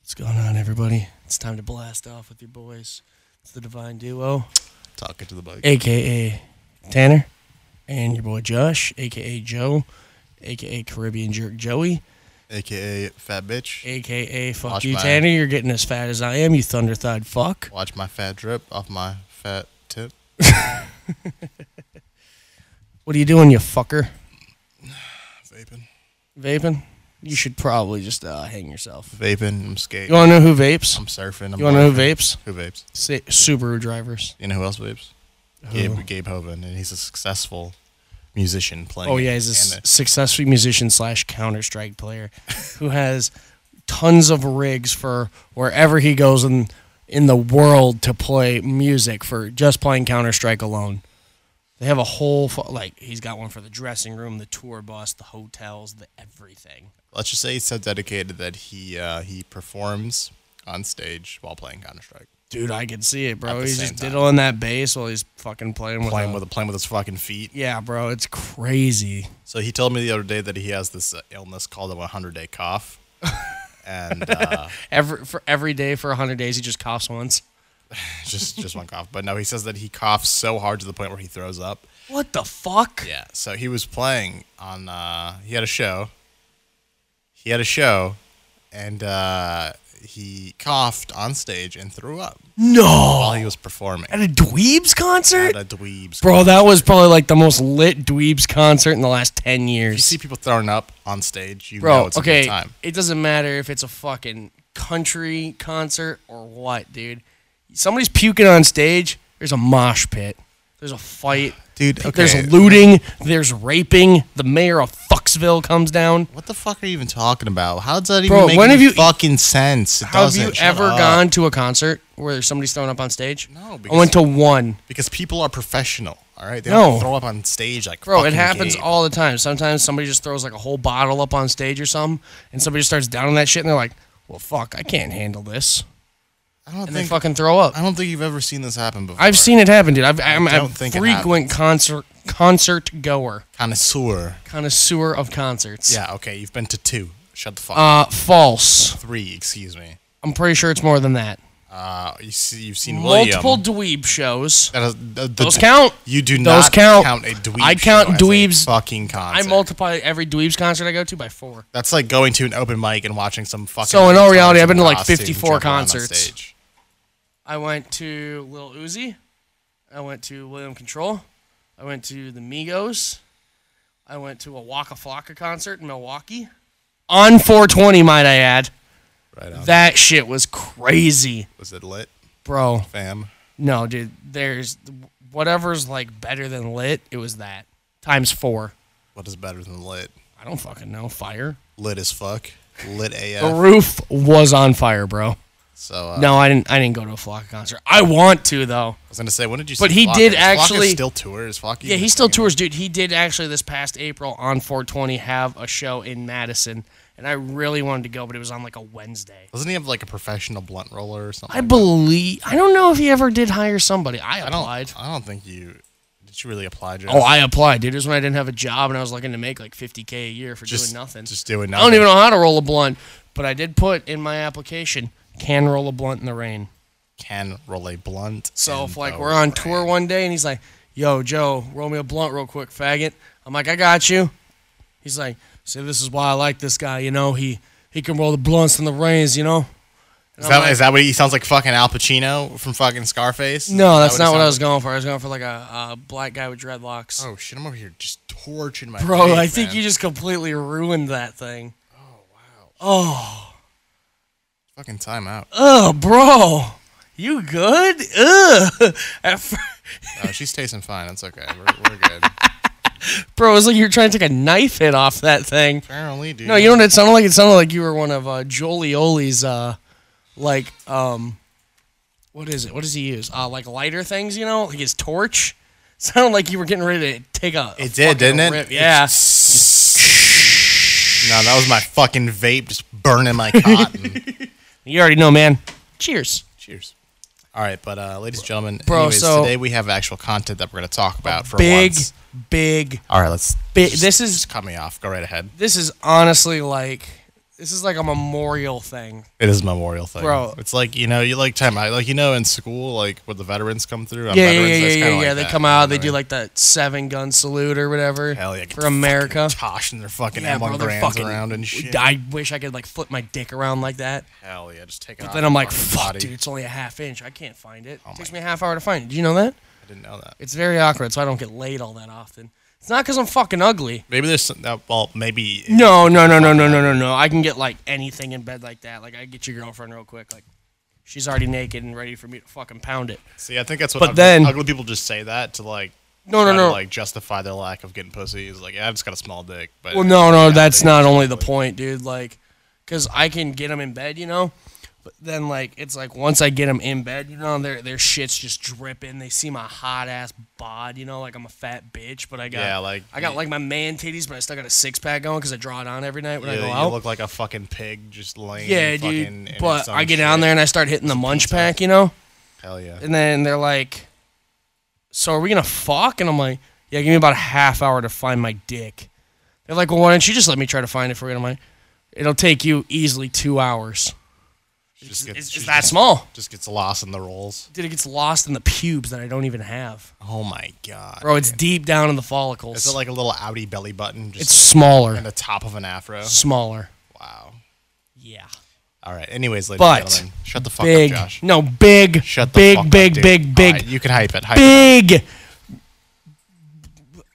What's going on, everybody? It's time to blast off with your boys. It's the Divine Duo, Talking to the mic. aka Tanner, and your boy Josh, aka Joe, aka Caribbean Jerk Joey, AKA Fat Bitch. aka Fuck Watch You, my- Tanner. You're getting as fat as I am, you thunder thighed fuck. Watch my fat drip off my fat tip. What are you doing, you fucker? Vaping. Vaping? You should probably just uh, hang yourself. Vaping. I'm skating. You want to know who vapes? I'm surfing. I'm You want to know who surfing. vapes? Who vapes? Sa- Subaru drivers. You know who else vapes? Who? Gabe, Gabe Hovind. And he's a successful musician playing. Oh yeah, he's a s- and successful musician slash Counter Strike player who has tons of rigs for wherever he goes in in the world to play music for just playing Counter Strike alone. They have a whole fu- like he's got one for the dressing room, the tour bus, the hotels, the everything. uh, Let's just say he's so dedicated that he uh, he performs on stage while playing Counter Strike. Dude, I can see it, At bro. the He's same just time. diddling that bass while he's fucking playing with Playing a- with playing with his fucking feet. Yeah, bro, it's crazy. So he told me the other day that he has this uh, illness called a 100 day cough. and uh, Every for every day for 100 days he just coughs once. just just one cough. But no, he says that he coughs so hard to the point where he throws up. What the fuck? Yeah. So he was playing on. Uh, he had a show. He had a show, and uh, he coughed on stage and threw up No. while he was performing At a Dweebs concert? at a dweeb's. Bro, that was probably like the most lit Dweebs concert in the last 10 If you years. see people throwing up on stage, you know Bro, it's a okay, good time. it doesn't matter if it's a fucking country concert or what, dude. Somebody's puking on stage, there's a mosh pit. There's a fight. Dude, okay. There's looting. There's raping. The mayor of Foxville comes down. What the fuck are you even talking about? How does that even Bro, make when any have you- fucking sense? It How have doesn't. you Shut ever up. gone to a concert where somebody's thrown up on stage? No, I went to one. Because people are professional, all right? They No. don't throw up on stage like Bro, it fucking happens Gabe. all the time. Sometimes somebody just throws like a whole bottle up on stage or something, and somebody just starts down on that shit, and they're like, "Well, fuck, I can't handle this," I don't and think they fucking throw up. I don't think you've ever seen this happen before. I've seen it happen, dude. I've, I'm a don't think it frequent concert concert goer, connoisseur. connoisseur of concerts. Yeah, okay, you've been to two. Shut the fuck up. Uh, false. Three, excuse me. I'm pretty sure it's more than that. Uh, you see, you've seen Multiple William. dweeb shows. That is- the- the- Those count. You do Those not count. count a dweeb. I count show as a dweebs. fucking concert. I multiply every dweeb's concert I go to by four. That's like going to an open mic and watching some fucking. So in all retard reality, I've been to, like, costume 54 jump around on concerts. stage. I went to Lil Uzi. I went to William Control. I went to the Migos. I went to a Waka Flocka concert in Milwaukee. On 420, might I add. Right on. That shit was crazy, was it lit, bro. fam? No, dude, there's whatever's like better than lit, it was that. Times four. What is better than lit? I don't fucking know. Fire. Lit as fuck. Lit AF. The roof was on fire, bro. so uh, No, I didn't I didn't go to a Flocka concert. I want to though. I was gonna say, when did you? But see he Flocka? did Is Flocka actually- still tours. Flocka Yeah, even he a still singer? tours, dude. He did actually this past April on 420 have a show in Madison, and I really wanted to go, but it was on like a Wednesday. Doesn't he have like a professional blunt roller or something? I like believe I don't know if he ever did hire somebody. I I don't. applied. I don't think you. Did you really apply, Joe? oh, I applied, dude. It was when I didn't have a job and I was looking to make like 50k a year for just doing nothing. Just doing I nothing. don't even know how to roll a blunt, but I did put in my application can roll a blunt in the rain. Can roll a blunt. So in if like the we're on rain. tour one day and he's like, "Yo, Joe, roll me a blunt real quick, faggot." I'm like, "I got you." He's like, "See, this is why I like this guy. You know, he he can roll the blunts in the rains. You know." And Is I'm that, like, is that what he sounds like? Fucking Al Pacino from fucking Scarface. no, that's Is that not what I he was sounds going for. I was going for like a, a black guy with dreadlocks. Like? Oh shit! I'm over here just torching my. Bro, face, I think man. you just completely ruined that thing. Oh wow. Oh. fucking time out. Oh, bro. You good? Ugh. At fir- Oh, she's tasting fine. That's okay. We're, we're good. bro, it's like you were trying to take a knife hit off that thing. Apparently, dude. No, you know what it sounded like? It sounded like you were one of uh, Jolioli's, uh, like, um, what is it? What does he use? Uh, like lighter things, you know? Like his torch? Sounded like you were getting ready to take a. a It fucking did, didn't it? rip. Yeah. No, that was my fucking vape just burning my cotton. You already know, man. Cheers. Cheers. All right, but uh, ladies and gentlemen, Bro, anyways, so- today we have actual content that we're going to talk about for Big, once. big, All right, let's. big. just- This is just cut me off. Go right ahead. this is honestly like This is like a memorial thing. It is a memorial thing, Bro. It's like you know, you like time out, like you know, in school, like when the veterans come through. On Yeah, yeah, veterans, yeah, Day, yeah, it's yeah. kinda like yeah. They that, come you know out, what they I do mean? like that seven gun salute or whatever. hell yeah, get for the America. fucking tosh and their fucking Yeah, M bro, on they're grands fucking. around and shit. I wish I could like flip my dick around like that. Hell yeah, just take it. But off then your I'm like, fucking fuck, body. Oh dude, it's only a half inch. I can't find it. it takes my me a half hour to find it. Did you know that? I didn't know that. It's very awkward, so I don't get laid all that often. It's not because I'm fucking ugly. Maybe there's some, that. Well, maybe No, no, no, no, no, no, no, no. I can get like anything in bed like that. Like I get your girlfriend real quick. Like she's already naked and ready for me to fucking pound it. See, I think that's what. But ugly, then- ugly people just say that to like. No, no, try to, no. like justify their lack of getting pussy. Is like, yeah, I just got a small dick. But Well, no, no, Yeah, that's they- not only the point, dude. Like, cause I can get them in bed, you know. But then, like, it's like once I get them in bed, you know, their their shit's just dripping. They see my hot ass bod, you know, like I'm a fat bitch, but I got Yeah, like, I got you- like my man titties, but I still got a six pack going because I draw it on every night when I Yeah, go you out. look like a fucking pig just laying. yeah, fucking dude. in But some I get shit. down there and I start hitting the munch pizza. pack, you know. Hell yeah. And then they're like, "So are we gonna fuck?" And I'm like, "Yeah, give me about a half hour to find my dick." They're like, "Well, why don't you just let me try to find it for you?" And I'm like, "It'll take you easily two hours. She just gets, It's, she it's that just- small." Just gets lost in the rolls. Dude, it gets lost in the pubes that I don't even have, Oh my god, bro. It's deep down in the Is follicles. it like a little outie belly button? Just it's smaller, in the top of an afro. smaller. Wow. Yeah, All right. Anyways, ladies But and gentlemen, shut the fuck big. up, Josh. No, big. Shut the big, fuck big, up, dude. big, All big, right, you can hype it. Hype it. big.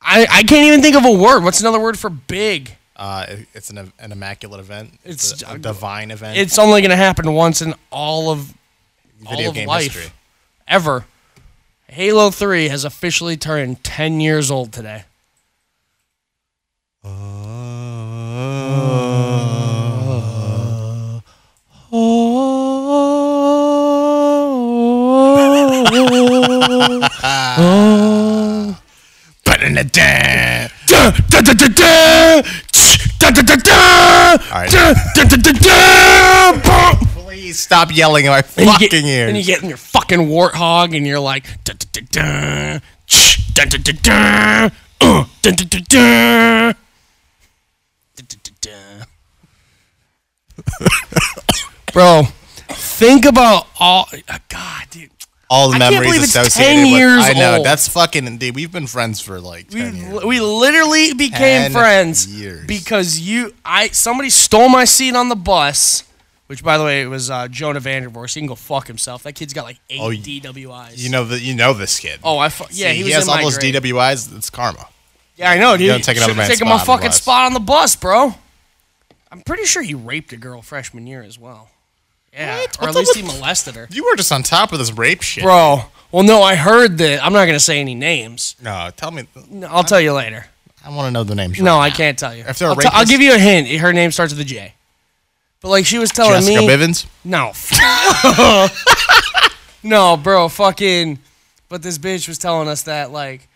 I I can't even think of a word. What's another word for big? Uh, it- it's an, an immaculate event. It's, It's- a, a divine event. it's only going to happen once in all of all of life ever. Halo 3 has officially turned 10 years old today. Please stop yelling in my And you fucking get- ears. And you get in your fucking warthog and you're like, "Duh, duh, duh, duh, tsh, duh, duh, duh, duh, uh, duh, duh, duh, duh." Duh, duh, duh, duh. Bro, think about all. uh, God, dude. All the I can't memories believe it's associated 10 with. years I know old. that's fucking. Dude, we've been friends for like ten years. We, we literally became 10 friends years. because you, I, somebody stole my seat on the bus. Which, by the way, it was uh, Jonah Vandervoort. He can go fuck himself. That kid's got like eight Oh, y- DWIs. you know that you know this kid. Oh, I fu- yeah, See, he was has in all my those grade. DWIs. It's karma. Yeah, I know, dude. don't take another Should've man's taken spot my on the fucking bus. spot on the bus, bro. I'm pretty sure he raped a girl freshman year as well. Yeah, What? or What's at up least he with- molested her, You were just on top of this rape shit, bro. Well, no, I heard that. I'm not gonna say any names. No, tell me. No, I'll tell you later. I want to know the name. No, I can't tell you. If they're a I'll, t- I'll rapist- give you a hint. Her name starts with a J. But like she was telling Jessica me, Bivens. No. no, bro, fucking but this bitch was telling us that like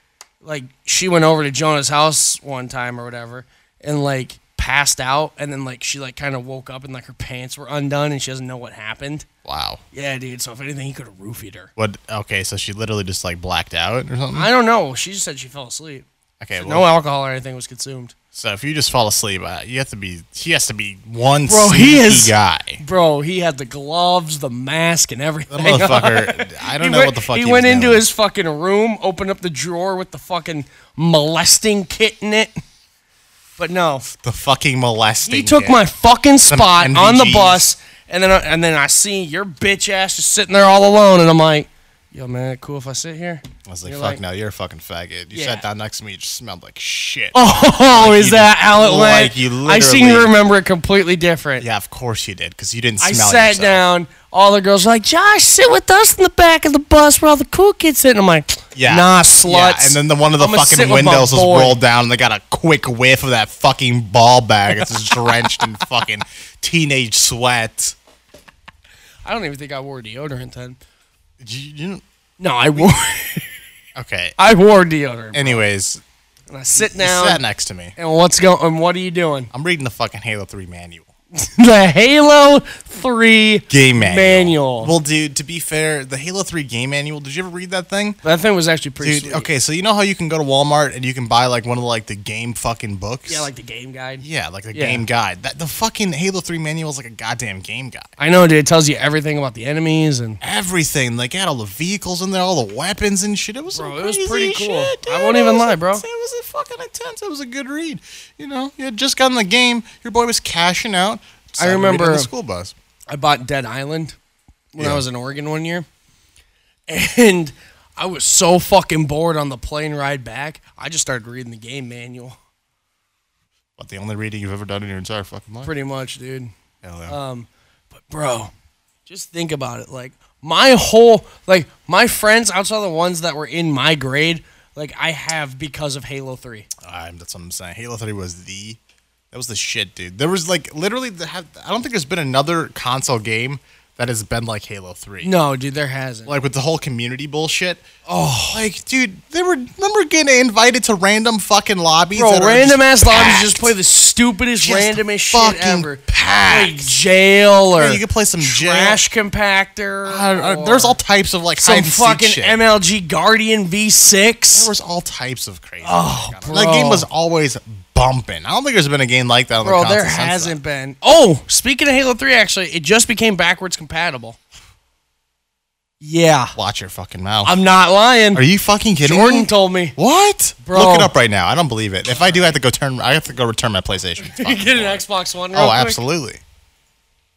like she went over to Jonah's house one time or whatever and like passed out and then like she like kind of woke up and like her pants were undone and she doesn't know what happened. Wow. Yeah, dude, so if anything he could have roofied her. What? Okay, so she literally just like blacked out or something. I don't know. She just said she fell asleep. okay, well, No alcohol or anything was consumed. so if you just fall asleep, uh, you have to be. He has to be one Bro, he sneaky is- guy. Bro, he had the gloves, the mask, and everything. That motherfucker. I don't he know went, what the fuck he, he, went was into doing. his fucking room, opened up the drawer with the fucking molesting kit in it. But no, the fucking molesting. he took kid. my fucking spot on the NVGs. bus, and then I, and then I see your bitch ass just sitting there all alone, and I'm like, "Yo, man, cool if I sit here?" I was like, You're fuck like- no, you're a fucking faggot. You Yeah. sat down next to me, you just smelled like shit. Oh, is you- that how it like went? you I seem to literally- remember it completely different. Yeah, of course you did, because you didn't smell I sat yourself. down. All the girls were like, Josh, sit with us in the back of the bus where all the cool kids sit. And I'm like, Yeah. nah, Yeah, sluts. and then the one of the I'ma sit fucking with my windows was boy. rolled down and they got a quick whiff of that fucking ball bag. It's just drenched in fucking teenage sweat. I don't even think I wore deodorant then. You, you didn't- No, I wore okay. I wore deodorant. Anyways, And I sit you down sat next to me. and what's going and what are you doing? I'm reading the fucking Halo 3 manual. the Halo 3 Game manual. Manual. Well, dude, to be fair, the Halo 3 game manual, did you ever read that thing? That thing was actually pretty Dude, sweet. okay, so you know how you can go to Walmart and you can buy like one of like the game fucking books? Yeah, like the game guide. Yeah, like the Yeah. game guide. That the fucking Halo 3 manual is like a goddamn game guide. I know, dude. It tells you everything about the enemies and Everything, like it had all the vehicles in there, all the weapons and shit. It was Bro, some it was crazy pretty cool. shit, dude. I won't It even was- lie, bro. It was a fucking intense. It was a good read. You know, you had just gotten the game. Your boy was cashing out. decided to read it on remember- the school bus. I bought Dead Island when I Yeah. was in Oregon one year. And I was so fucking bored on the plane ride back. I just started reading the game manual But the only reading you've ever done in your entire fucking life. pretty much, dude. Hell yeah. Um, but bro, just think about it. Like my whole like my friends outside of the ones that were in my grade, like I have because of Halo 3. I'm, that's what I'm saying. Halo 3 was the that was the shit, dude. There was like literally the, have, I don't think there's been another console game that has been like Halo 3. No, dude, there hasn't. Like with the whole community bullshit. Oh, like dude, they were remember getting invited to random fucking lobbies. Bro, that are random ass just lobbies packed. just play the stupidest, Just randomest shit fucking ever. Like packed. jail or you could play some jail. trash compactor. I don't- I- or there's all types of like some hide and seek fucking shit. MLG Guardian There V6. was all types of crazy. Oh, shit going on. that game bro. was always bumping. I don't think there's been a game like that on the Bro, console there since then. hasn't been. Oh, speaking of Halo 3, actually, it just became backwards compatible. Yeah. Watch your fucking mouth. I'm not lying. Are you fucking kidding me? Jordan told me. What? Bro. Look it up right now. I don't believe it. If I do, I have to go turn. I have to go return my PlayStation. It's You fine. get an Xbox One real oh, quick? absolutely.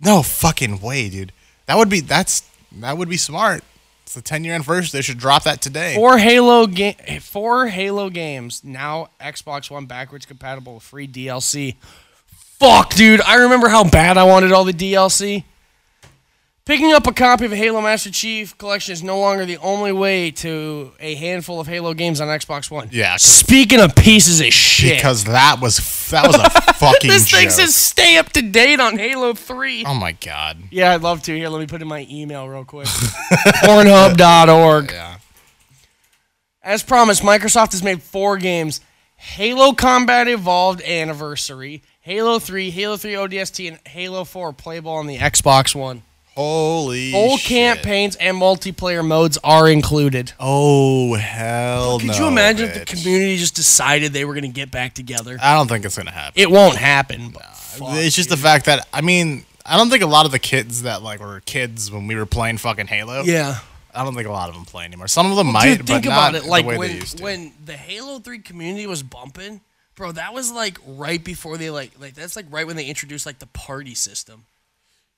No fucking way, dude. That would be that's that would be smart. It's the 10 year anniversary. They should drop that today. Four Halo game, four Halo games now Xbox One backwards compatible with free DLC. Fuck, dude! I remember how bad I wanted all the DLC. Picking up a copy of Halo Master Chief Collection is no longer the only way to a handful of Halo games on Xbox One. Yeah, 'cause- Speaking of pieces of shit, because that was f- that was a fucking this thing joke. says stay up to date on Halo Three. oh my god. Yeah, I'd love to. Here, let me put in my email real quick. Pornhub.org. Yeah. As promised, Microsoft has made four games Halo Combat Evolved Anniversary, Halo 3, Halo 3 ODST, and Halo 4 playable on the Xbox One. Holy. Full shit. campaigns and multiplayer modes are included. Oh hell Could no. you imagine if bitch. the community just decided they were going to get back together? I don't think it's gonna happen. It won't happen. But fuck, it's just the fact that I mean I don't think a lot of the kids that like were kids when we were playing fucking Halo. yeah. I don't think a lot of them play anymore. Some of them might, Dude, but think not about it. Like the way when they used to. when the Halo Three community was bumping, bro, that was like right before they like like that's like right when they introduced like the party system.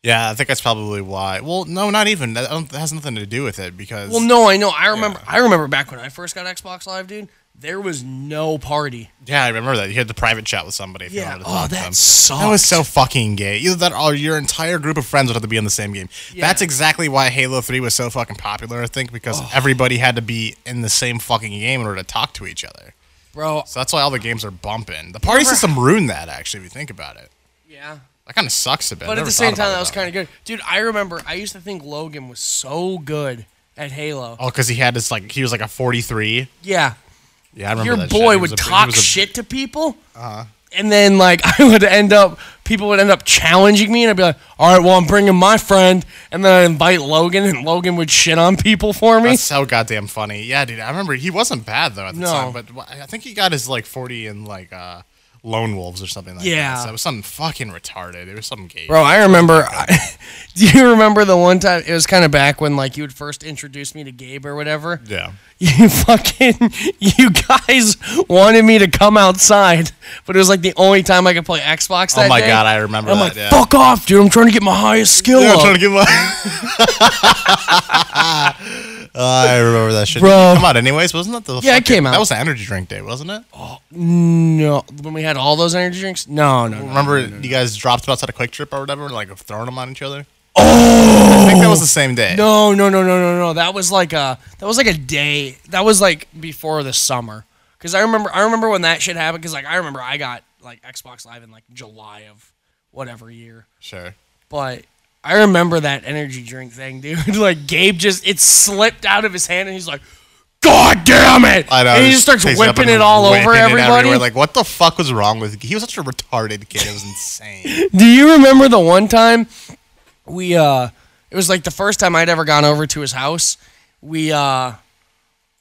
yeah, I think that's probably why. Well, no, not even. That, I don't, that has nothing to do with it because Well, no, I know. I remember. I remember back when I first got Xbox Live, dude. There was no party. yeah, I remember that you had the private chat with somebody. If Yeah. you wanted to Oh, talk to that them. sucked. That was so fucking gay. Either that or your entire group of friends would have to be in the same game. Yeah. That's exactly why Halo 3 was so fucking popular, I think, because everybody had to be in the same fucking game in order to talk to each other. bro. So that's why all the games are bumping. The party system ruined that, actually, if you think about it. Yeah. That kind of sucks a bit. I But at never the same thought time, about it that was kind of good, dude. I remember. I used to think Logan was so good at Halo. Oh, because he had this like he was like a forty three. Yeah. Yeah, I remember Your that shit. boy He was would a- he talk was a- Uh-huh. shit to people. And then like I would end up, people would end up challenging me, and I'd be like, "All right, well, I'm bringing my friend," and then I'd invite Logan, and Logan would shit on people for me. That's so goddamn funny. Yeah, dude. I remember he wasn't bad though at the No. time, but wh- I think he got his like forty in like uh Lone Wolves or something like that. Yeah. So it was something fucking retarded. It was something gay. Bro, I remember. I, do you remember the one time? It was kind of back when, like, you would first introduce me to Gabe or whatever. Yeah. You fucking, you guys wanted me to come outside, but it was like the only time I could play Xbox. Oh That my day. god, I remember I'm that. like, yeah. fuck off, dude! I'm trying to get my highest skill Yeah, I'm up. trying to get my. I remember that shit. Did Bro. you Come out anyways. Wasn't that the? Yeah, it fucking- came out. Oh, That was the energy drink day, wasn't it? no, when we had all those energy drinks. No, no. no. Remember you guys dropped them outside a Quick Trip or whatever, and, like throwing them on each other. Oh, I think that was the same day. No, no, no, no, no, no. That was like a that was like a day. That was like before the summer. Cause I remember I remember when that shit happened. Cause like I remember I got like Xbox Live in like July of whatever year. Sure. But I remember that energy drink thing, dude. like Gabe just it slipped out of his hand and he's like, God damn it! I know. And he just starts picks it up whipping and it all whipping over it everybody. everywhere. Like, what the fuck was wrong with? He was such a retarded kid. It was insane. Do you remember the one time we uh it was like the first time I'd ever gone over to his house. We uh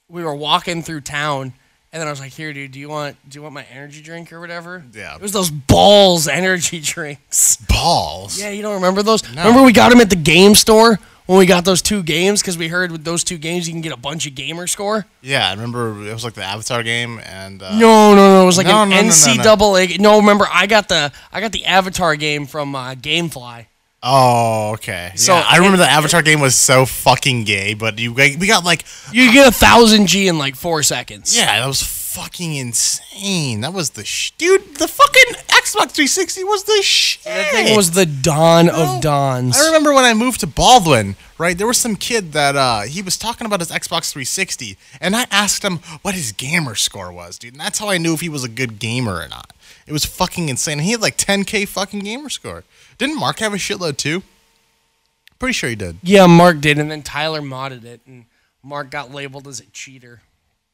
we were walking through town and then I was like, "Here, dude, do you want do you want my energy drink or whatever?" Yeah. It was those balls energy drinks. Balls. Yeah, you don't remember those? Remember we got them at the game store when we got those two games cuz we heard with those two games you can get a bunch of gamer score? Yeah, I remember it was like the Avatar game, and uh, No, no, no. It was like No, an no, no, no, no. NCAA. No, remember I got the I got the Avatar game from uh, GameFly. oh, okay. So So I remember the Avatar game was so fucking gay, but you like, we got like, You get a thousand G in like four seconds. yeah, that was fucking insane. That was the sh- dude. The fucking Xbox 360 was the shit. That thing was the dawn of dawns. I remember when I moved to Baldwin, right? There was some kid that uh, he was talking about his Xbox 360, and I asked him what his gamer score was, dude. And that's how I knew if he was a good gamer or not. It was fucking insane. And he had like 10k fucking gamer score. Didn't Mark have a shitload too? Pretty sure he did. yeah, Mark did, and then Tyler modded it, and Mark got labeled as a cheater.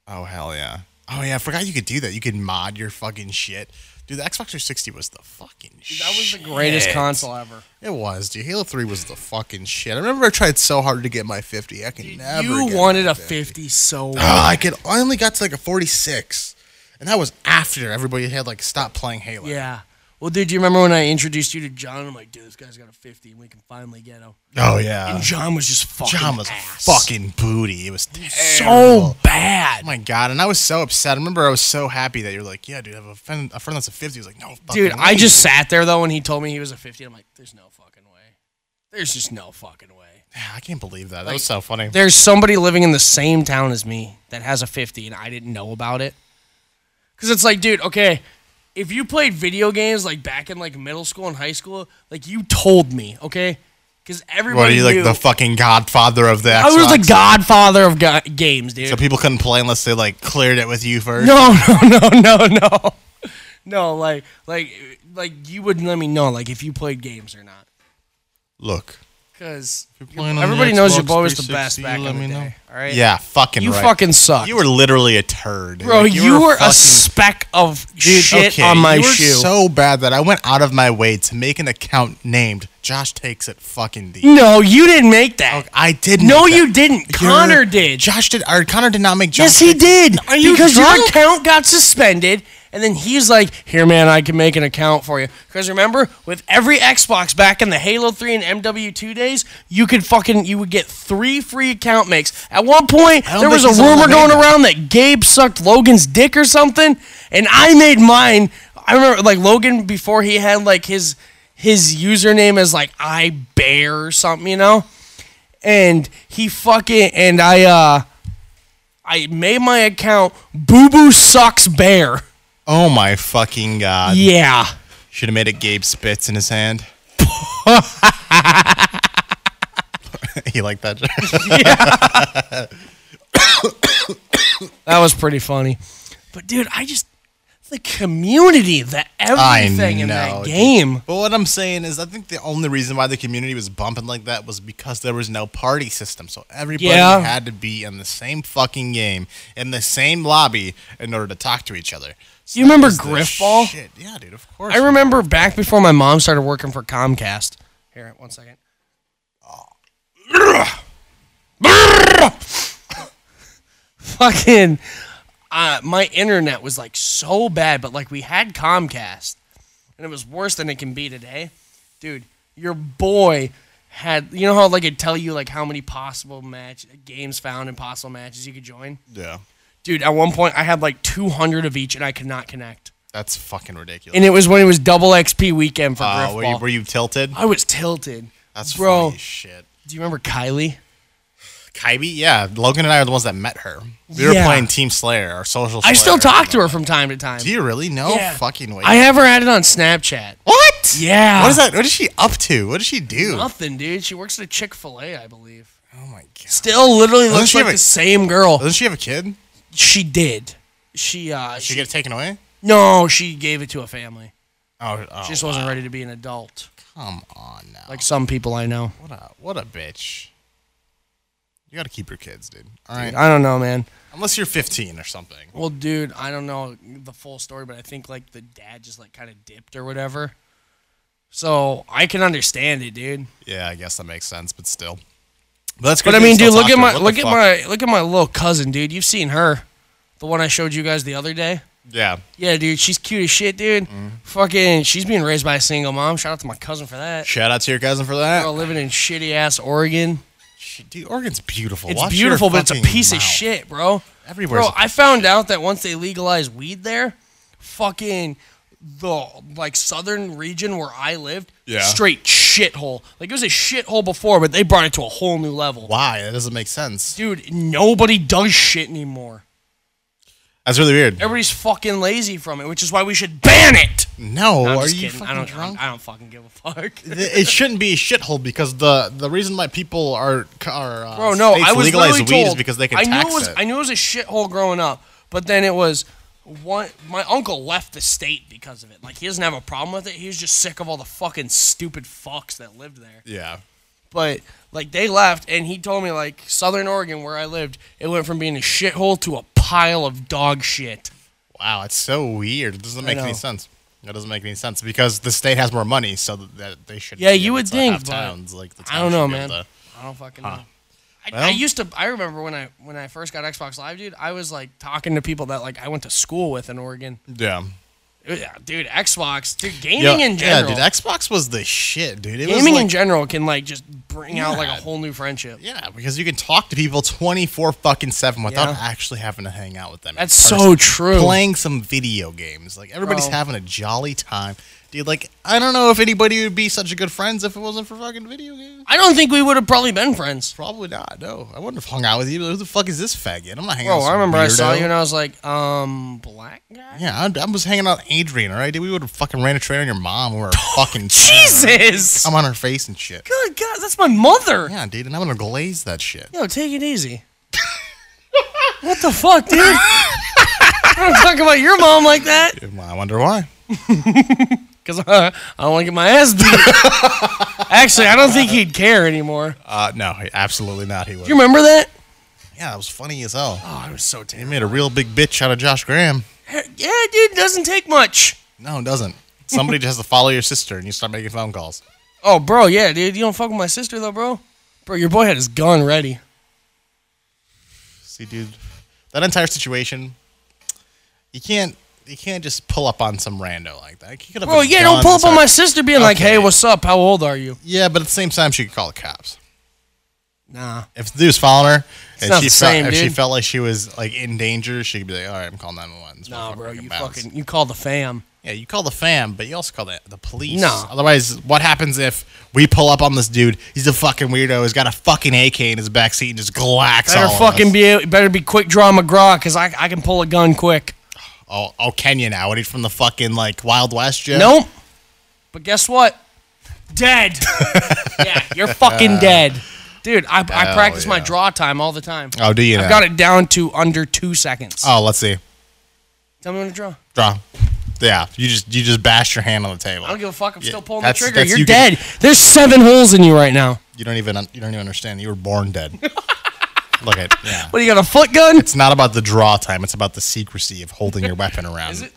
Oh hell yeah. Oh yeah, I forgot you could do that. You could mod your fucking shit. Dude, the Xbox 360 was the fucking shit. That was the greatest console ever. It was, dude. Halo 3 was the fucking shit. I remember I tried so hard to get my 50. I can never you get wanted my a 50 so Ah, I could I only got to like a 46. And that was after everybody had like stopped playing Halo. Yeah. Well, dude, do you remember when I introduced you to John? I'm like, dude, this guy's got a 50, and we can finally get him. Oh yeah. John was just fucking John was a ass. fucking booty. It was terrible. so bad. Oh my god, and I was so upset. I remember I was so happy that you were like, "Yeah, dude, I have a friend, a friend that's a 50." I was like, "No, fucking Dude, I way." just sat there though when he told me he was a 50. I'm like, there's no fucking way. There's just no fucking way. I can't believe that. That was so funny. There's somebody living in the same town as me that has a 50 and I didn't know about it. Cuz it's like, dude, okay, if you played video games like back in like middle school and high school, like you told me, okay? Cuz everybody What are you like knew- the fucking godfather of the Xbox? I was the godfather of ga- games, dude. so people couldn't play unless they like cleared it with you first. No, no, no, no, no, no. Like, like, like you wouldn't let me know, like, if you played games or not, Look. because playing on everybody the knows your Xbox boy was the best 360, back in let the me day. know. All right, Yeah, fucking you right. fucking suck, You were literally a turd. bro. Like, you, were, a, fucking- speck of Dude, shit okay, on my you were shoe. So bad that I went out of my way to make an account named Josh Takes It Fucking Deep. no, you didn't make that. I did. No, make you that. didn't. You're- Connor did. Josh did. Or Connor did not make. Josh Yes, he Takes It- did. Are you because your drunk? account got suspended, and then he's like, "Here, man, I can make an account for you." Because remember, with every Xbox back in the Halo Three and MW2 days, you could fucking you would get three free account makes. At one point, don't there think was a he's the only rumor man going that- around that Gabe sucked Logan's dick or something, and I made mine. I remember like Logan before he had like his his username as like I Bear or something, you know and he fucking and I uh I made my account Boo Boo Sucks Bear. Oh my fucking god! Yeah. Should have made it. Gabe Spitz in his hand. you like that? Josh? That was pretty funny. But dude, I just the community, the everything in that dude. game. But what I'm saying is, I think the only reason why the community was bumping like that was because there was no party system. So everybody Yeah. had to be in the same fucking game, in the same lobby, in order to talk to each other. So You that remember was the Griffball? Shit. Yeah, dude, of course. I remember back before my mom started working for Comcast. Here, one second. Fucking, uh, my internet was like so bad, but like we had Comcast, and it was worse than it can be today, dude. Your boy had, you know how like it'd tell you like how many possible match games found and possible matches you could join, Yeah. dude. At one point, I had like 200 of each, and I could not connect. That's fucking ridiculous. And it was when it was double XP weekend for Uh, Griff were, Ball. you, were you tilted? I was tilted. That's bro. funny as shit. Do you remember Kylie? Kylie, yeah. Logan and I are the ones that met her. We were Yeah. playing Team Slayer, our social. I still Slayer. talk to her from time to time. Do you really? No Yeah. fucking way. I have her added on Snapchat. what? Yeah. What is that? What is she up to? What does she do? Nothing, dude. She works at a Chick Fil A, I believe. Oh my god. Still, literally Doesn't looks she like have a- the same girl. Doesn't she have a kid? She did. She uh. Did she She, get it taken away? no, she gave it to a family. Oh, oh, She just wasn't ready to be an adult, come on now. like some people I know. what a what a bitch. You got to keep your kids, dude. All right. I don't know, man. Unless you're 15 or something. Well, dude, I don't know the full story, but I think like the dad just like kind of dipped or whatever. So I can understand it, dude. Yeah, I guess that makes sense, but still. But that's But good I that you mean, still dude, look talk at to my her. What look the at fuck? my look at my little cousin, dude. You've seen her, the one I showed you guys the other day. Yeah. Yeah, dude, she's cute as shit, dude. Mm-hmm. Fucking, she's being raised by a single mom. Shout out to my cousin for that. Shout out to your cousin for that. Girl living in shitty ass Oregon. Shit, Dude, Oregon's beautiful. It's Watch your beautiful, but it's a fucking piece of mouth. shit, bro. Everywhere's Bro, a I found out that once they legalized weed there, fucking the like southern region where I lived, Yeah. straight shithole. Like it was a shithole before, but they brought it to a whole new level. Why? That doesn't make sense. Dude, nobody does shit anymore. That's really weird. Everybody's fucking lazy from it, which is why we should ban it. No, I'm are just you kidding. fucking I don't, drunk? I don't fucking give a fuck. Th- it shouldn't be a shithole because the the reason why people are are uh, Bro, no, states I was legalize literally weed is told- because they can I knew tax it was. it. I knew it was a shithole growing up, but then it was one. My uncle left the state because of it. Like he doesn't have a problem with it. He was just sick of all the fucking stupid fucks that lived there. yeah, But like they left, and he told me like Southern Oregon, where I lived, it went from being a shithole to a pile of dog shit. wow, it's so weird. It doesn't make know. any sense. That doesn't make any sense because the state has more money, so th- that they should. Yeah, be you able would to think, have but towns like the I don't town know, should be able man. to- I don't fucking know. I, I Well- used to. I remember when I when I first got Xbox Live, dude. I was like talking to people that like I went to school with in Oregon. yeah, Yeah, dude, Xbox, dude, gaming yeah, in general. yeah, dude. Xbox was the shit, dude. It gaming was like, in general can like just bring out like a Yeah. whole new friendship. yeah, because you can talk to people twenty four fucking seven without Yeah. actually having to hang out with them. in That's person. so true. playing some video games. Like everybody's Bro. having a jolly time. Dude, like I don't know if anybody would be such a good friends if it wasn't for fucking video games. I don't think we would have probably been friends. Probably not. No, I wouldn't have hung out with you. Who the fuck is this faggot? I'm not hanging Bro, out. with I some remember I saw weirdo. you and I was like, um, black guy. yeah, I, I was hanging out with Adrian. All right, dude, we would have fucking ran a train on your mom or fucking Jesus! I'm on her face and shit. Good God, that's my mother. Yeah, dude, and I'm gonna glaze that shit. Yo, take it easy. what the fuck, dude? I don't talk about your mom like that I wonder why. because uh, I don't want to get my ass beat. Actually, I don't think he'd care anymore. Uh, no, he- absolutely not. He would. Do you remember that? Yeah, that was funny as hell. Oh, it was so He terrible. made a real big bitch out of Josh Graham. Yeah, dude, doesn't take much. No, it doesn't. Somebody just has to follow your sister, and you start making phone calls. Oh, bro, yeah, dude. You don't fuck with my sister though, bro. Bro, your boy had his gun ready. See, dude, that entire situation, you can't, you can't just pull up on some rando like that. You could have Bro, a yeah, gun don't pull up and on my start- sister being like, Okay. "Hey, what's up? How old are you?" Yeah, but at the same time, she could call the cops Nah. if the dude's following her and not she the felt same, if she dude. felt like she was like in danger, she could be like, "All right, I'm calling 911." Nah, bro, you bounce. fucking you call the fam. yeah, you call the fam, but you also call the the police. No. otherwise, what happens if we pull up on this dude? He's a fucking weirdo. He's got a fucking AK in his backseat and just glacks Better all of us. fucking be better be quick draw McGraw because I I can pull a gun quick. Oh, oh, Kenya now. What, he's from the fucking, like, Wild West, Jim? Nope. But guess what? Dead. yeah, you're fucking dead. Dude, I, I Hell practice my yeah. draw time all the time. Oh, do you I've now? got it down to under two seconds. Oh, let's see. Tell me when to draw. Draw. Yeah, you just you just bash your hand on the table. I don't give a fuck. I'm Yeah, still pulling the that's- trigger. that's- You're you can- dead. There's seven holes in you right now. You don't even un- you don't even understand. You were born dead. Look at yeah. What do you got a foot gun? It's not about the draw time. It's about the secrecy of holding your weapon around. Is it?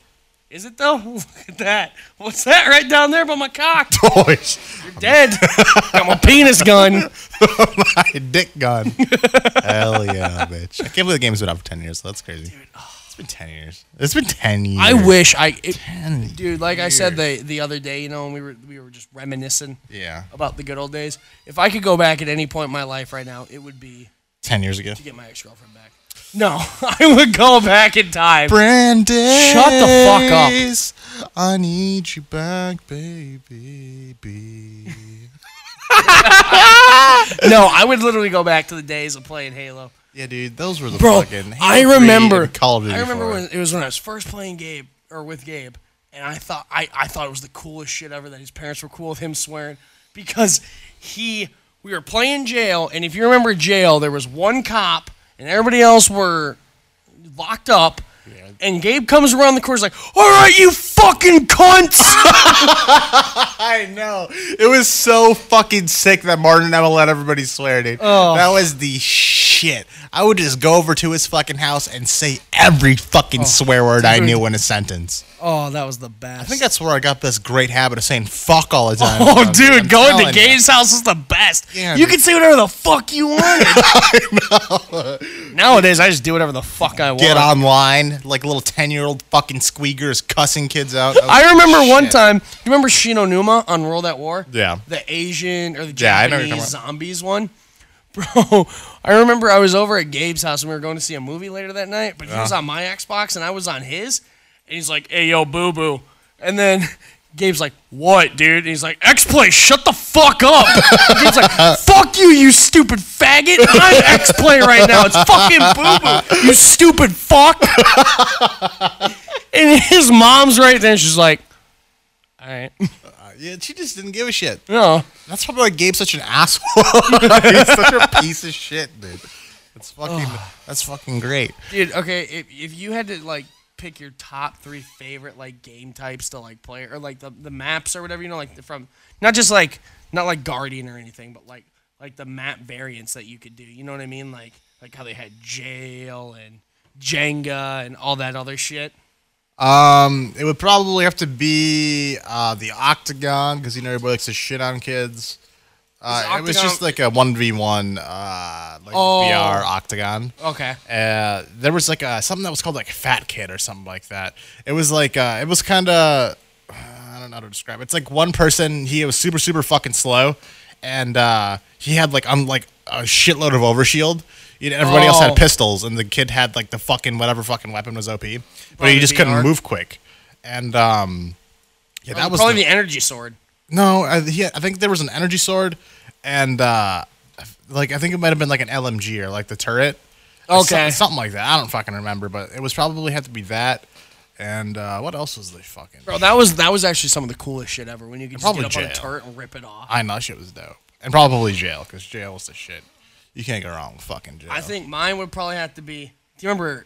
Is it though? Look at that. What's that right down there by my cock? Boys, Dead. got my penis gun. my dick gun. Hell yeah, bitch! I can't believe the game's been out for ten years. So that's crazy. It's been ten years. It's been ten years. I wish I, it, 10 dude. Like I said years. the the other day, you know, when we were we were just reminiscing yeah, about the good old days. If I could go back at any point in my life right now, it would be ten years ago. to get my ex girlfriend back. No, I would go back in time. Brandon. Shut the fuck up. I need you back, baby. No, I would literally go back to the days of playing Halo. yeah, dude, those were the bro. fucking. Halo I 3 remember. and Call of Duty I remember four. when it was when I was first playing Gabe or with Gabe, and I thought I, I thought it was the coolest shit ever that his parents were cool with him swearing because he we were playing jail, and if you remember jail, there was one cop and everybody else were locked up. And Gabe comes around the corner, he's like, "All right, you fucking cunts!" I know. It was so fucking sick that Martin Emma let everybody swear, dude. Oh. That was the shit. I would just go over to his fucking house and say every fucking swear word I Oh, dude. knew in a sentence. Oh, that was the best. I think that's where I got this great habit of saying fuck all the time. Oh, I'm- dude, I'm going to telling you. Gabe's house is the best. Yeah, you dude. can say whatever the fuck you want. Nowadays, I just do whatever the fuck I want. Get online like little 10 year old fucking squeakers cussing kids out. I remember one Oh, Shit. time. Do you remember Shinonuma on World at War? Yeah. The Asian or the Yeah, I know what Japanese you're talking about. zombies one. Bro, I remember I was over at Gabe's house and we were going to see a movie later that night, but he Uh-huh. was on my Xbox and I was on his. And he's like, hey, yo, boo boo. And then Gabe's like, what, dude? And he's like, X Play, shut the fuck up. And Gabe's like, fuck you, you stupid faggot. I'm X Play right now. It's fucking boo boo, you stupid fuck. and his mom's right there. and She's like, all right. Yeah, she just didn't give a shit. No. That's probably why Gabe's such an asshole. He's such a piece of shit, dude. That's fucking. That's fucking great. Dude, okay, if, if you had to like pick your top three favorite like game types to like play or like the, the maps or whatever, you know, like from not just like not like Guardian or anything, but like like the map variants that you could do. You know what I mean? Like like how they had jail and Jenga and all that other shit. Um, it would probably have to be uh, the Octagon because you know everybody likes to shit on kids. Uh, Is it was Octagon- just like a one v one, uh, like Oh. VR Octagon. Okay. Uh, there was like a, something that was called like Fat Kid or something like that. It was like uh, it was kind of I don't know how to describe. it. It's like one person he was super super fucking slow, and uh, he had like um like a shitload of overshield. You know, everybody else Oh. had pistols, and the kid had like the fucking whatever fucking weapon was OP, but Probably he just VR. couldn't move quick. And um, yeah, that was probably the- the energy sword. no, I, he, I think there was an energy sword, and uh, like I think it might have been like an LMG or like the turret. or Okay. so- something like that. I don't fucking remember, but it was probably had to be that. And uh, what else was the fucking? Bro, that was that was actually some of the coolest shit ever when you could just Probably get up on a jail. turret and rip it off. I know shit was dope, and probably jail because jail was the shit. You can't go wrong with fucking jail. I think mine would probably have to be. Do you remember?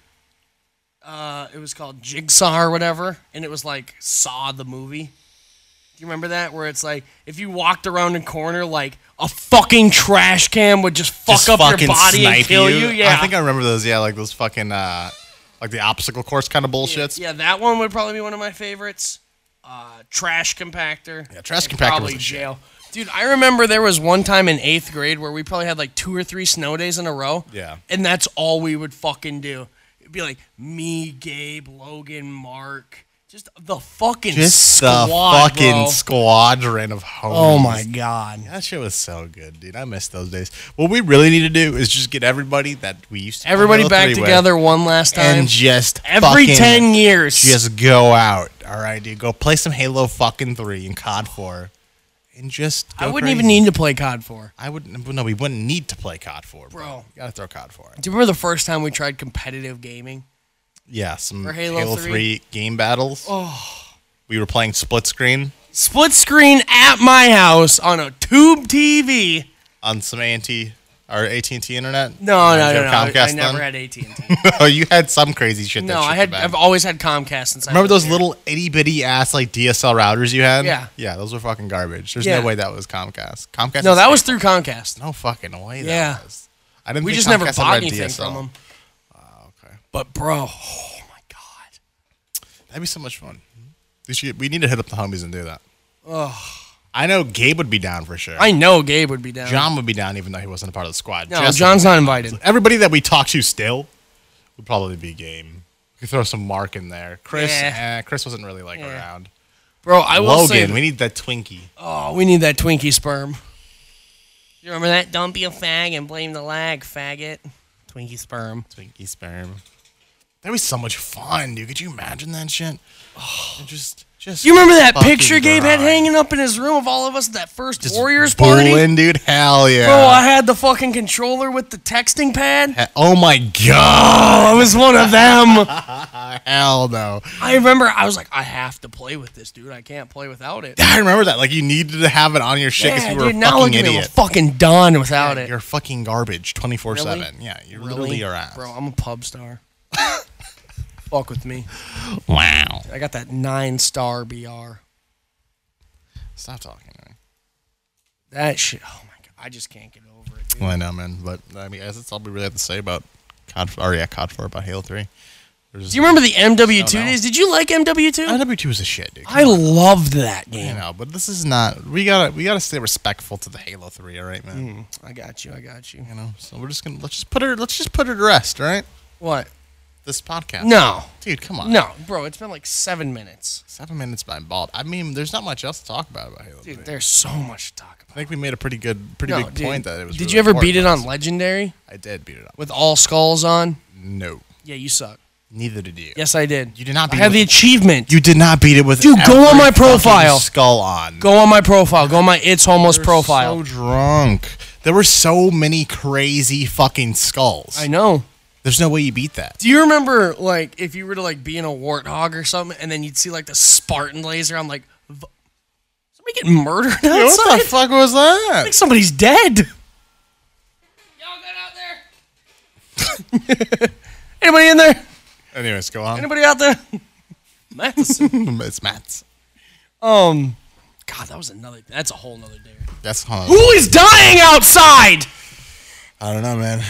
Uh, it was called Jigsaw or whatever, and it was like Saw the movie. Do you remember that? Where it's like if you walked around a corner, like a fucking trash can would just fuck Just up fucking your body and snipe kill you. Yeah, I think I remember those. Yeah, like those fucking uh, like the obstacle course kind of bullshits. yeah, that one would probably be one of my favorites. Uh, trash compactor. Yeah, trash and compactor was Probably the shit. jail. Dude, I remember there was one time in eighth grade where we probably had like two or three snow days in a row. Yeah. And that's all we would fucking do. It'd be like me, Gabe, Logan, Mark, just the fucking Just squad, the fucking bro. squadron of homies. Oh my god. That shit was so good, dude. I miss those days. What we really need to do is just get everybody that we used to Everybody play back three with together one last time. and just Every fucking 10 years. just go out. All right, dude. Go play some Halo fucking three and COD four, and just. I go wouldn't even crazy. need to play COD 4. I wouldn't. No, we wouldn't need to play COD four, but Bro. You gotta throw COD four. in. Do you remember the first time we tried competitive gaming? Yeah, some For Halo Halo, 3. three. game battles. Oh. We were playing split screen Split screen at my house on a tube TV. on some anti or AT and T internet. No, no, Did no, you no. have I Comcast never then? had AT and T. Oh, you had some crazy shit. that No, I shook had. the bag. I've always had Comcast since. I Remember was those there. little itty bitty ass like DSL routers you had? Yeah. Yeah, those were fucking garbage. There's Yeah. no way that was Comcast. Comcast. No, is- that was through Comcast. no fucking way. That Yeah. was. I didn't. We think just never Comcast bought ever had anything DSL. from them. Ah, Okay, But bro, oh my god, that'd be so much fun. We, should, we need to hit up the homies and do that. I know Gabe would be down for sure. I know Gabe would be down. John would be down even though he wasn't a part of the squad. no, Jess would John's not invited. everybody that we talk to still would probably be game. We could throw some Mark in there. Chris, Yeah. eh, Chris wasn't really like Yeah. around. Bro, I will say. Logan, we need that Twinkie. oh, we need that Twinkie sperm. You remember that? Don't be a fag and blame the lag, faggot. Twinkie sperm. Twinkie sperm. That'd be so much fun, dude. Could you imagine that shit? And just, just. Do you remember that fucking picture Gabe had grind. hanging up in his room of all of us at that first Just Warriors party? bullying, dude. Hell yeah. Bro, I had the fucking controller with the texting pad. He- oh my god. Oh, I was one of them. Hell no. I remember I was like, I have to play with this dude. I can't play without it. I remember that. Like you needed to have it on your shit because you were dude, a now look fucking at me. I'm a idiot. fucking done without it. You're fucking garbage, twenty four seven. Really? Yeah, you really are ass. Bro, I'm a pub star. Fuck with me. Wow. I got that nine star BR. Stop talking to me. That shit. Oh my god, I just can't get over it. Dude. Well, I know, man. But I mean, I guess that's all we really have to say about COD. Or yeah, COD Four about Halo Three. Do you remember the MW2 I don't know. days? Did you like MW2? IW Two is a shit, dude. I loved that you game. know, but this is not. We gotta we gotta stay respectful to the Halo Three, all right, Mm, man. I got you. I got you. You know, so we're just gonna let's just put her let's just put her to rest, all right? What? This podcast. No. dude, come on. No, bro, it's been like seven minutes. Seven minutes by Bob. I mean, there's not much else to talk about about Halo. Dude, Three. there's so much to talk I about. think we made a pretty good, pretty No, big dude, point that it was. Did really you ever beat important it for on us. Legendary I did beat it up. with all skulls on? No, Yeah, you suck. neither did you. Yes, I did. You did not I beat had it the with- achievement. You did not beat it with. Dude, go on my every fucking profile. Skull on. go on my profile. Go on my It's Homeless You're profile. So drunk. There were so many crazy fucking skulls. I know. There's no way you beat that. Do you remember, like, if you were to like be in a warthog or something, and then you'd see like the Spartan laser? I'm like, v- somebody getting murdered outside. what the fuck was I that? think somebody's dead. Y'all good out there? Anybody in there? Anyways, go on. Anybody out there? Madison. it's Matt's. Um, God, that was another. That's a whole nother day. That's huh. Who is dying outside? I don't know, man.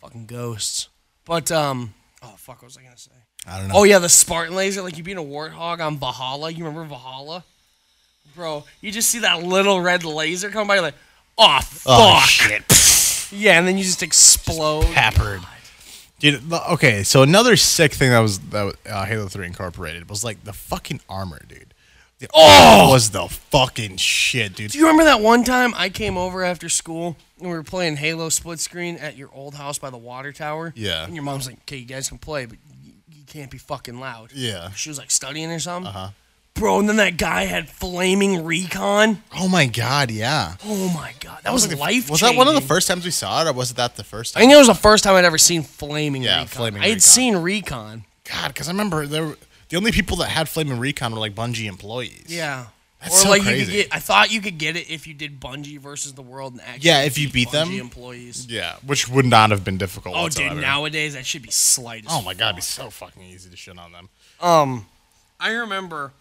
Fucking ghosts. But um, oh fuck, what was I gonna say? I don't know. Oh yeah, the Spartan laser. Like you being a warthog on Valhalla. You remember Valhalla, bro? You just see that little red laser come by. You're like, oh fuck. Oh, shit. Yeah, and then you just explode. Peppered. Dude, the- okay, so another sick thing that was that was, uh, Halo 3 Incorporated was like the fucking armor, dude. The oh, was the fucking shit, dude. Do you remember that one time I came over after school and we were playing Halo split screen at your old house by the water tower? Yeah. And your mom's like, okay, you guys can play, but you, you can't be fucking loud. Yeah. Uh-huh. She was like studying or something. Uh huh. Bro, and then that guy had flaming recon. Oh my god, yeah. Oh my god, that, was, life. Was that one of the changing. first times we saw it, or was that the first? I Time? think it was the first time I'd ever seen flaming Yeah, recon. flaming I had recon. seen recon. God, because I remember there were, the only people that had Flame and Recon were like Bungie employees. Yeah. That's or so like you crazy. could get I thought you could get it if you did Bungie versus the world and actually Yeah, if you beat them. Bungie employees. yeah, which would not have been difficult. Oh, whatsoever. dude! Nowadays, that should be slight. as Oh my god, it'd be so fucking easy to shit on them. Um, I remember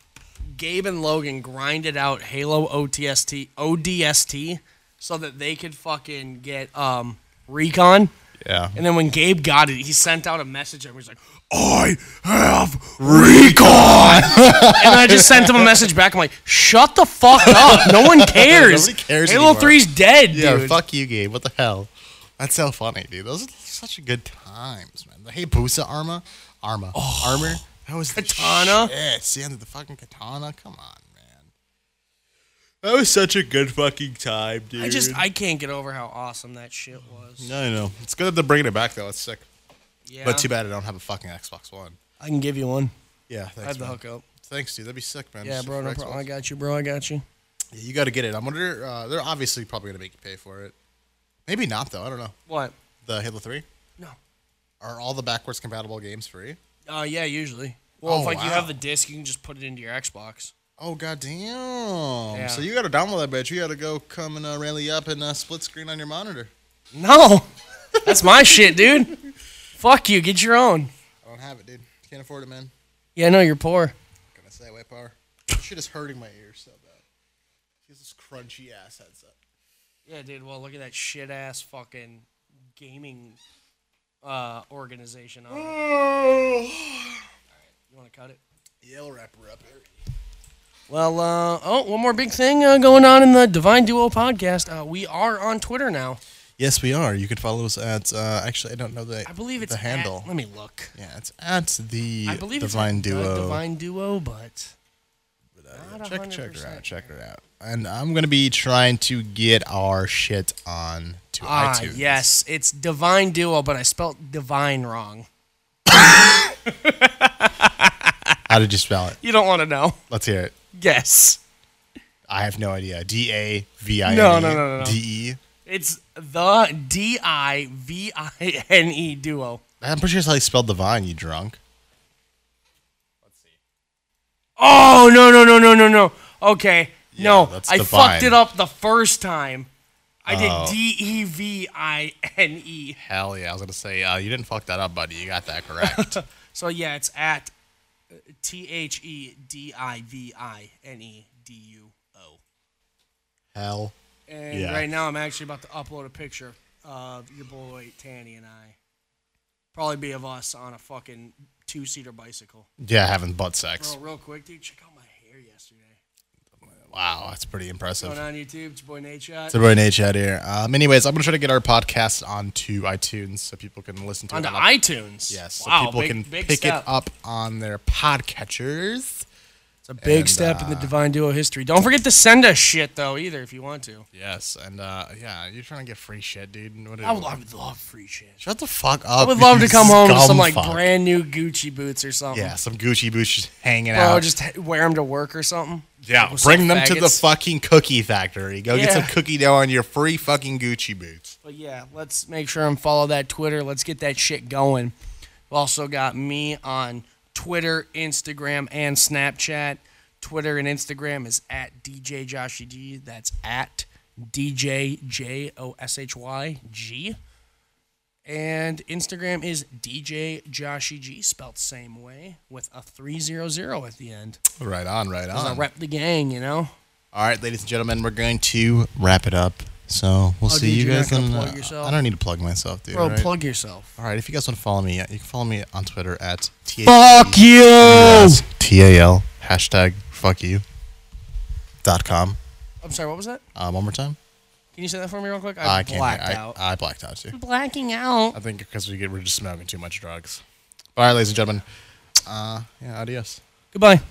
Gabe and Logan grinded out Halo OTST ODST so that they could fucking get um recon. Yeah. And then when Gabe got it, he sent out a message and was like, I have recon. and I just sent him a message back. I'm like, shut the fuck up. No one cares. Nobody cares Halo anymore." 3's dead, yeah, dude. fuck you, Gabe. What the hell? That's so funny, dude. Those are such a good times, man. The Hey Busa armor, armor, armor. That was the Katana? Yes, yeah, the fucking katana. Come on, man. That was such a good fucking time, dude. I just I can't get over how awesome that shit was. I know. It's good that they're bringing it back though. It's sick. Yeah. But too bad I don't have a fucking Xbox One. I can give you one. Yeah, I thanks. have the man. hook up. Thanks, dude. That'd be sick, man. Yeah, Just bro. for No Xbox. problem. I got you, bro. I got you. Yeah, you got to get it. I wonder. Uh, they're obviously probably gonna make you pay for it. Maybe not though. I don't know. What? The Halo Three No. are all the backwards compatible games free? Uh, yeah, usually. Well, Oh, if like you have wow. the disc, you can just put it into your Xbox. Oh goddamn! Yeah. So you got to download that bitch. You got to go come and uh, rally up and uh, split screen on your monitor. No, that's my shit, dude. Fuck you. Get your own. I don't have it, dude. Can't afford it, man. Yeah, no, you're poor. Gonna say white power. This shit is hurting my ears so bad. She has this crunchy ass headset. Yeah, dude. Well, look at that shit ass fucking gaming uh, organization. On it. You want to cut it? Yeah, we'll wrap her up here. Well, uh, oh, one more big thing uh, going on in the Divine Duo podcast. Uh, we are on Twitter now. Yes, we are. You can follow us at. Uh, actually, I don't know the. I believe it's the at- handle. let me look. yeah, it's at the I believe Divine it's at the Duo. Divine Duo, but not check check her 100%. out. Check her out. And I'm gonna be trying to get our shit on to Ah, iTunes. yes, it's Divine Duo, but I spelt divine wrong. How did you spell it? You don't want to know. Let's hear it. Yes. I have no idea. D A V I N E No, no, no, no, no. D E. It's the D I V I N E duo. I'm pretty sure that's how you spelled divine. You drunk? Oh, no, no, no, no, no, no. Okay. no, that's I divine. fucked it up the first time. I Oh. did D E V I N E. Hell yeah! I was gonna say uh, you didn't fuck that up, buddy. You got that correct. So, yeah, uh, it's at T H E D I V I N E D U O. hell. And Yeah. right now, I'm actually about to upload a picture of your boy Tanny and I. Probably be of us on a fucking two seater bicycle. Yeah, having butt sex. Bro, Oh, real quick, dude, check out my hair yesterday. Wow, that's pretty impressive. Going on YouTube, it's your boy Nate Shot. It's everybody Nate Chad here. Um, anyways, I'm gonna try to get our podcast onto iTunes so people can listen to Onto it. on- iTunes. Yes, so wow, people big, can big pick step. it up on their podcatchers. It's a big and, uh, step in the Divine Duo history. Don't forget to send us shit though, either, if you want to. Yes, and uh, yeah, you're trying to get free shit, dude. What I would, I would love free shit. Shut the fuck up. I would love to come home with some like scumfuck. brand new Gucci boots or something. Yeah, some Gucci boots just hanging Bro, out. just h- wear them to work or something. yeah, with some bring them to the faggots. fucking cookie factory. Go get Yeah. some cookie dough on your free fucking Gucci boots. But yeah, let's make sure and follow that Twitter. Let's get that shit going. We've also got me on Twitter, Instagram, and Snapchat. Twitter and Instagram is at DJ Joshy G. That's at DJ J O S H Y G. And Instagram is DJ Joshy G, spelt same way, with a 300 at the end. Right on, right I on. rep the gang, you know? All right, ladies and gentlemen, we're going to wrap it up. So we'll Oh, see dude, you you're not guys. gonna on, plug uh, yourself? I don't need to plug myself, dude. Bro, right? plug yourself. All right, if you guys want to follow me, you can follow me on Twitter at T E Fuck you! T A L hashtag fuck you dot com. I'm sorry, what was that? Um, one more time. Can you say that for me real quick? I I, can't. blacked I, out. I blacked out too. blacking out. I think because we get we're just smoking too much drugs. All right, ladies and gentlemen. Uh, yeah, adios. Goodbye.